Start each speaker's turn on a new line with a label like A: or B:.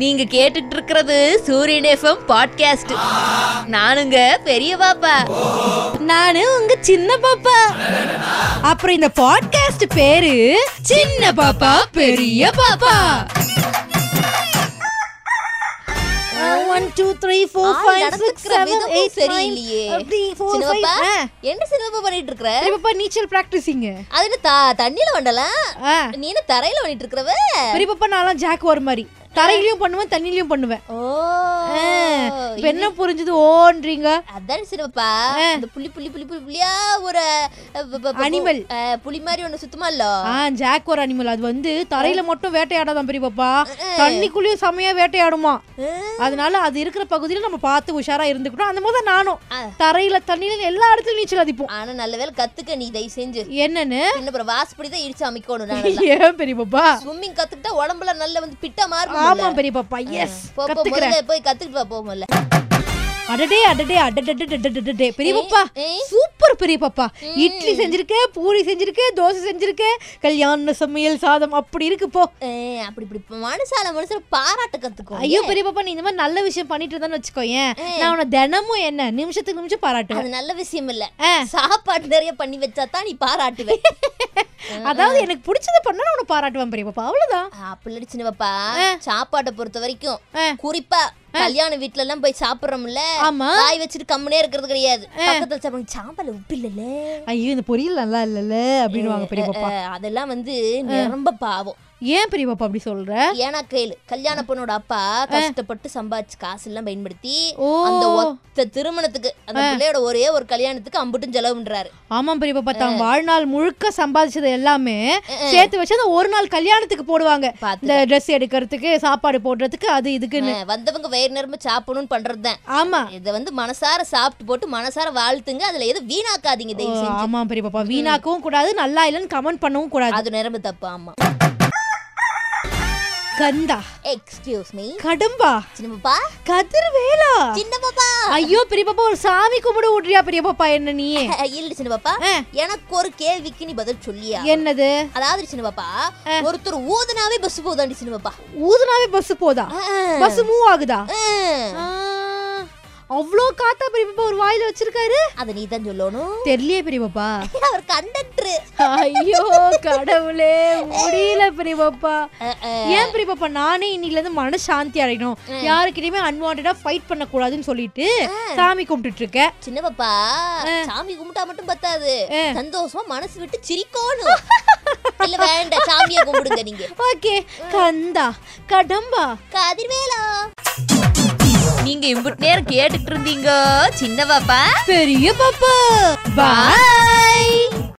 A: நீங்க கேட்டுட்டு இருக்கிறது சூரியன் எஃப்எம் பாட்காஸ்ட் நானுங்க பெரிய பாப்பா
B: நானு உங்க சின்ன பாப்பா அப்புறம் இந்த பாட்காஸ்ட் பேரு சின்ன பாப்பா பெரிய பாப்பா ஒன் டூ த்ரீ ஃபோர்
A: ஆள்
B: ஃபைவ் சிக்ஸ்
A: நடந்துக்கிற
B: செவன்
A: விதமும்
B: எயிட்
A: சரியில்லையே.
B: அப்படி ஃபோர் ஃபைவ்
A: சின்னப்பா, என்ன சின்னப்பா பண்ணிட்டு இருக்கிற
B: பாப்பா நீச்சல் ப்ராக்டிஸிங்க
A: அது என்ன த- தண்ணியில வண்டல
B: ஆ
A: நீ என்ன தரையில பண்ணிட்டு இருக்கிறவ
B: பெரிய பாப்பா நான்லாம் ஜாக் வர மாதிரி தரையிலயும் பண்ணுவேன் தண்ணியிலயும் பண்ணுவேன்
A: ஓ
B: ஆ, இப்ப என்ன புரிஞ்சது ஓன்றீங்க
A: அதான் சின்னப்பா இந்த புள்ளி புள்ளி புள்ளி புள்ளி புள்ளியா ஒரு அஹ், ப- ப- ப-
B: Animal.
A: அஹ், புலி மாதிரி ஒண்ணு சுத்தமா இல்ல
B: ஆ ஜாக் ஒரு அனிமல் அது வந்து தரையில மட்டும் வேட்டையாடாதான் பெரிய பாப்பா தண்ணிக்குள்ளேயும் செமையா வேட்டையாடுமா அதனால அது இருக்கிற பகுதியில நம்ம பார்த்து உஷாரா இருந்துக்கணும் அந்த மாதிரி தான் நானும்
A: ஆ.
B: தரையில தண்ணியில எல்லா இடத்துலயும் நீச்சல் அடிப்போம்
A: ஆனா நல்ல வேலை கத்துக்க நீ தயவு செஞ்சு
B: என்னன்னு
A: என்ன அப்புறம் வாசப்படி தான் இடிச்சு அமைக்கணும் நான்
B: ஏன் பெரிய பாப்பா
A: ஸ்விம்மிங் கத்துக்கிட்டா உடம்புல நல்ல வந்து பிட்ட மாறும்
B: ஆமா பெரிய பாப்பா எஸ்
A: போ போ, முதல்ல போய் கத்துக்கிட்டு வா போகும்ல
B: அடடே அடடே அடடே பெரிய பாப்பா
A: ஏய்.
B: சூப்பர் பெரிய பாப்பா இட்லி செஞ்சிருக்க பூரி செஞ்சிருக்க தோசை செஞ்சிருக்க கல்யாண சமையல் சாதம் அப்படி இருக்கு போ
A: ஏய், அப்படி இப்படி இப்ப மனுஷால மனுஷர் பாராட்ட கத்துக்கும்
B: ஐயோ பெரிய பாப்பா நீ இந்த மாதிரி நல்ல விஷயம் பண்ணிட்டு இருந்தான்னு வச்சுக்கோ ஏன் நான் உன்னை தினமும் என்ன நிமிஷத்துக்கு நிமிஷம் பாராட்டுவேன்
A: அது நல்ல விஷயம் இல்ல
B: ஆ.
A: சாப்பாடு நிறைய பண்ணி வச்சா தான் நீ பாராட்டுவே
B: அதாவது எனக்கு பிடிச்சத பண்ணா நான் உன்னை பாராட்டுவேன் பெரிய பாப்பா அவ்வளவுதான்
A: அப்படி சின்ன பாப்பா சாப்பாட்டை பொறுத்த வரைக்கும்
B: ஆ.
A: குறிப்பா கல்யாண வீட்ல எல்லாம் போய் சாப்பிடுறோம்ல
B: ஆமா.
A: வாய் வச்சுட்டு கம்முனே இருக்கிறது கிடையாது பக்கத்துல சாப்பிடுங்க சாம்பார்ல உப்பு இல்லல
B: ஐயோ இந்த பொரியல் நல்லா இல்லல்ல அப்படின்னுவாங்க பெரிய பாப்பா
A: அதெல்லாம் வந்து ரொம்ப பாவம்
B: ஏன் பெரிய பாப்பா அப்படி சொல்ற
A: ஏன்னா கேளு கல்யாண பொண்ணோட அப்பா கஷ்டப்பட்டு சம்பாதிச்சு காசு எல்லாம் பயன்படுத்தி
B: ஓ
A: அந்த ஒத்த திருமணத்துக்கு அந்த பிள்ளையோட ஒரே ஒரு கல்யாணத்துக்கு அம்புட்டும் செலவுன்றாரு
B: ஆமா பெரிய பாப்பா தான் வாழ்நாள் முழுக்க சம்பாதிச்சது எல்லாமே சேர்த்து வச்சு அந்த ஒரு நாள் கல்யாணத்துக்கு போடுவாங்க
A: பாத்து.
B: இந்த Dress எடுக்கிறதுக்கு சாப்பாடு போடுறதுக்கு அது இதுக்குன்னு
A: அஹ், வந்தவங்க வயிறு நிரம்ப சாப்பிடணும்னு பண்றதுதான்
B: ஆமா
A: இதை வந்து மனசார சாப்பிட்டு போட்டு மனசார வாழ்த்துங்க அதுல எதுவும் வீணாக்காதீங்க தயவு செஞ்சு
B: ஆமா பெரிய பாப்பா வீணாக்கவும் கூடாது நல்லா இல்லைன்னு கமெண்ட் பண்ணவும் கூடாது
A: அது நிரம்ப தப்பு ஆமா
B: கந்தா
A: எக்ஸ்கியூஸ் மீ
B: கடம்பா
A: சின்ன பாப்பா
B: கதிர்வேலா
A: சின்ன பாப்பா
B: ஐயோ பெரிய பாப்பா ஒரு சாமி கும்பிட விடுறியா பெரிய பாப்பா என்ன நீ
A: இல்ல சின்ன பாப்பா எனக்கு ஒரு கேள்விக்கு நீ பதில் சொல்லியா
B: என்னது
A: அதாவது சின்ன பாப்பா ஒருத்தர் ஊதுனாவே பஸ் போதாண்டி சின்ன பாப்பா
B: ஊதுனாவே பஸ் போதா பஸ் மூவ் ஆகுதா
A: அஹ்,
B: ஆ, அவ்வளோ காத்தா பெரிய பாப்பா ஒரு வாயில வச்சிருக்காரு
A: அதை நீ தான் சொல்லணும்
B: தெரியலையே பெரிய பாப்பா
A: அவர் கண்டக்டர்
B: ஐயோ கடவுளே முடியல பெரிய பாப்பா ஏன் பெரிய பாப்பா நானே இன்னில இருந்து மன சாந்தி அடையணும் யாருக்கிட்டயுமே அன்வான்டா ஃபைட் பண்ண கூடாதுன்னு சொல்லிட்டு சாமி கும்பிட்டுட்டு இருக்கேன்
A: சின்ன பாப்பா சாமி கும்பிட்டா மட்டும் பத்தாது சந்தோஷமா மனசு விட்டு சிரிக்கணும் இல்ல வேண்டாம் சாமியை கும்பிடுங்க நீங்க
B: ஓகே கந்தா கடம்பா
A: கதிர்வேலா நீங்க இம்புட் நேரம் கேட்டுட்டு இருந்தீங்க சின்ன பாப்பா
B: பெரிய பாப்பா பாய்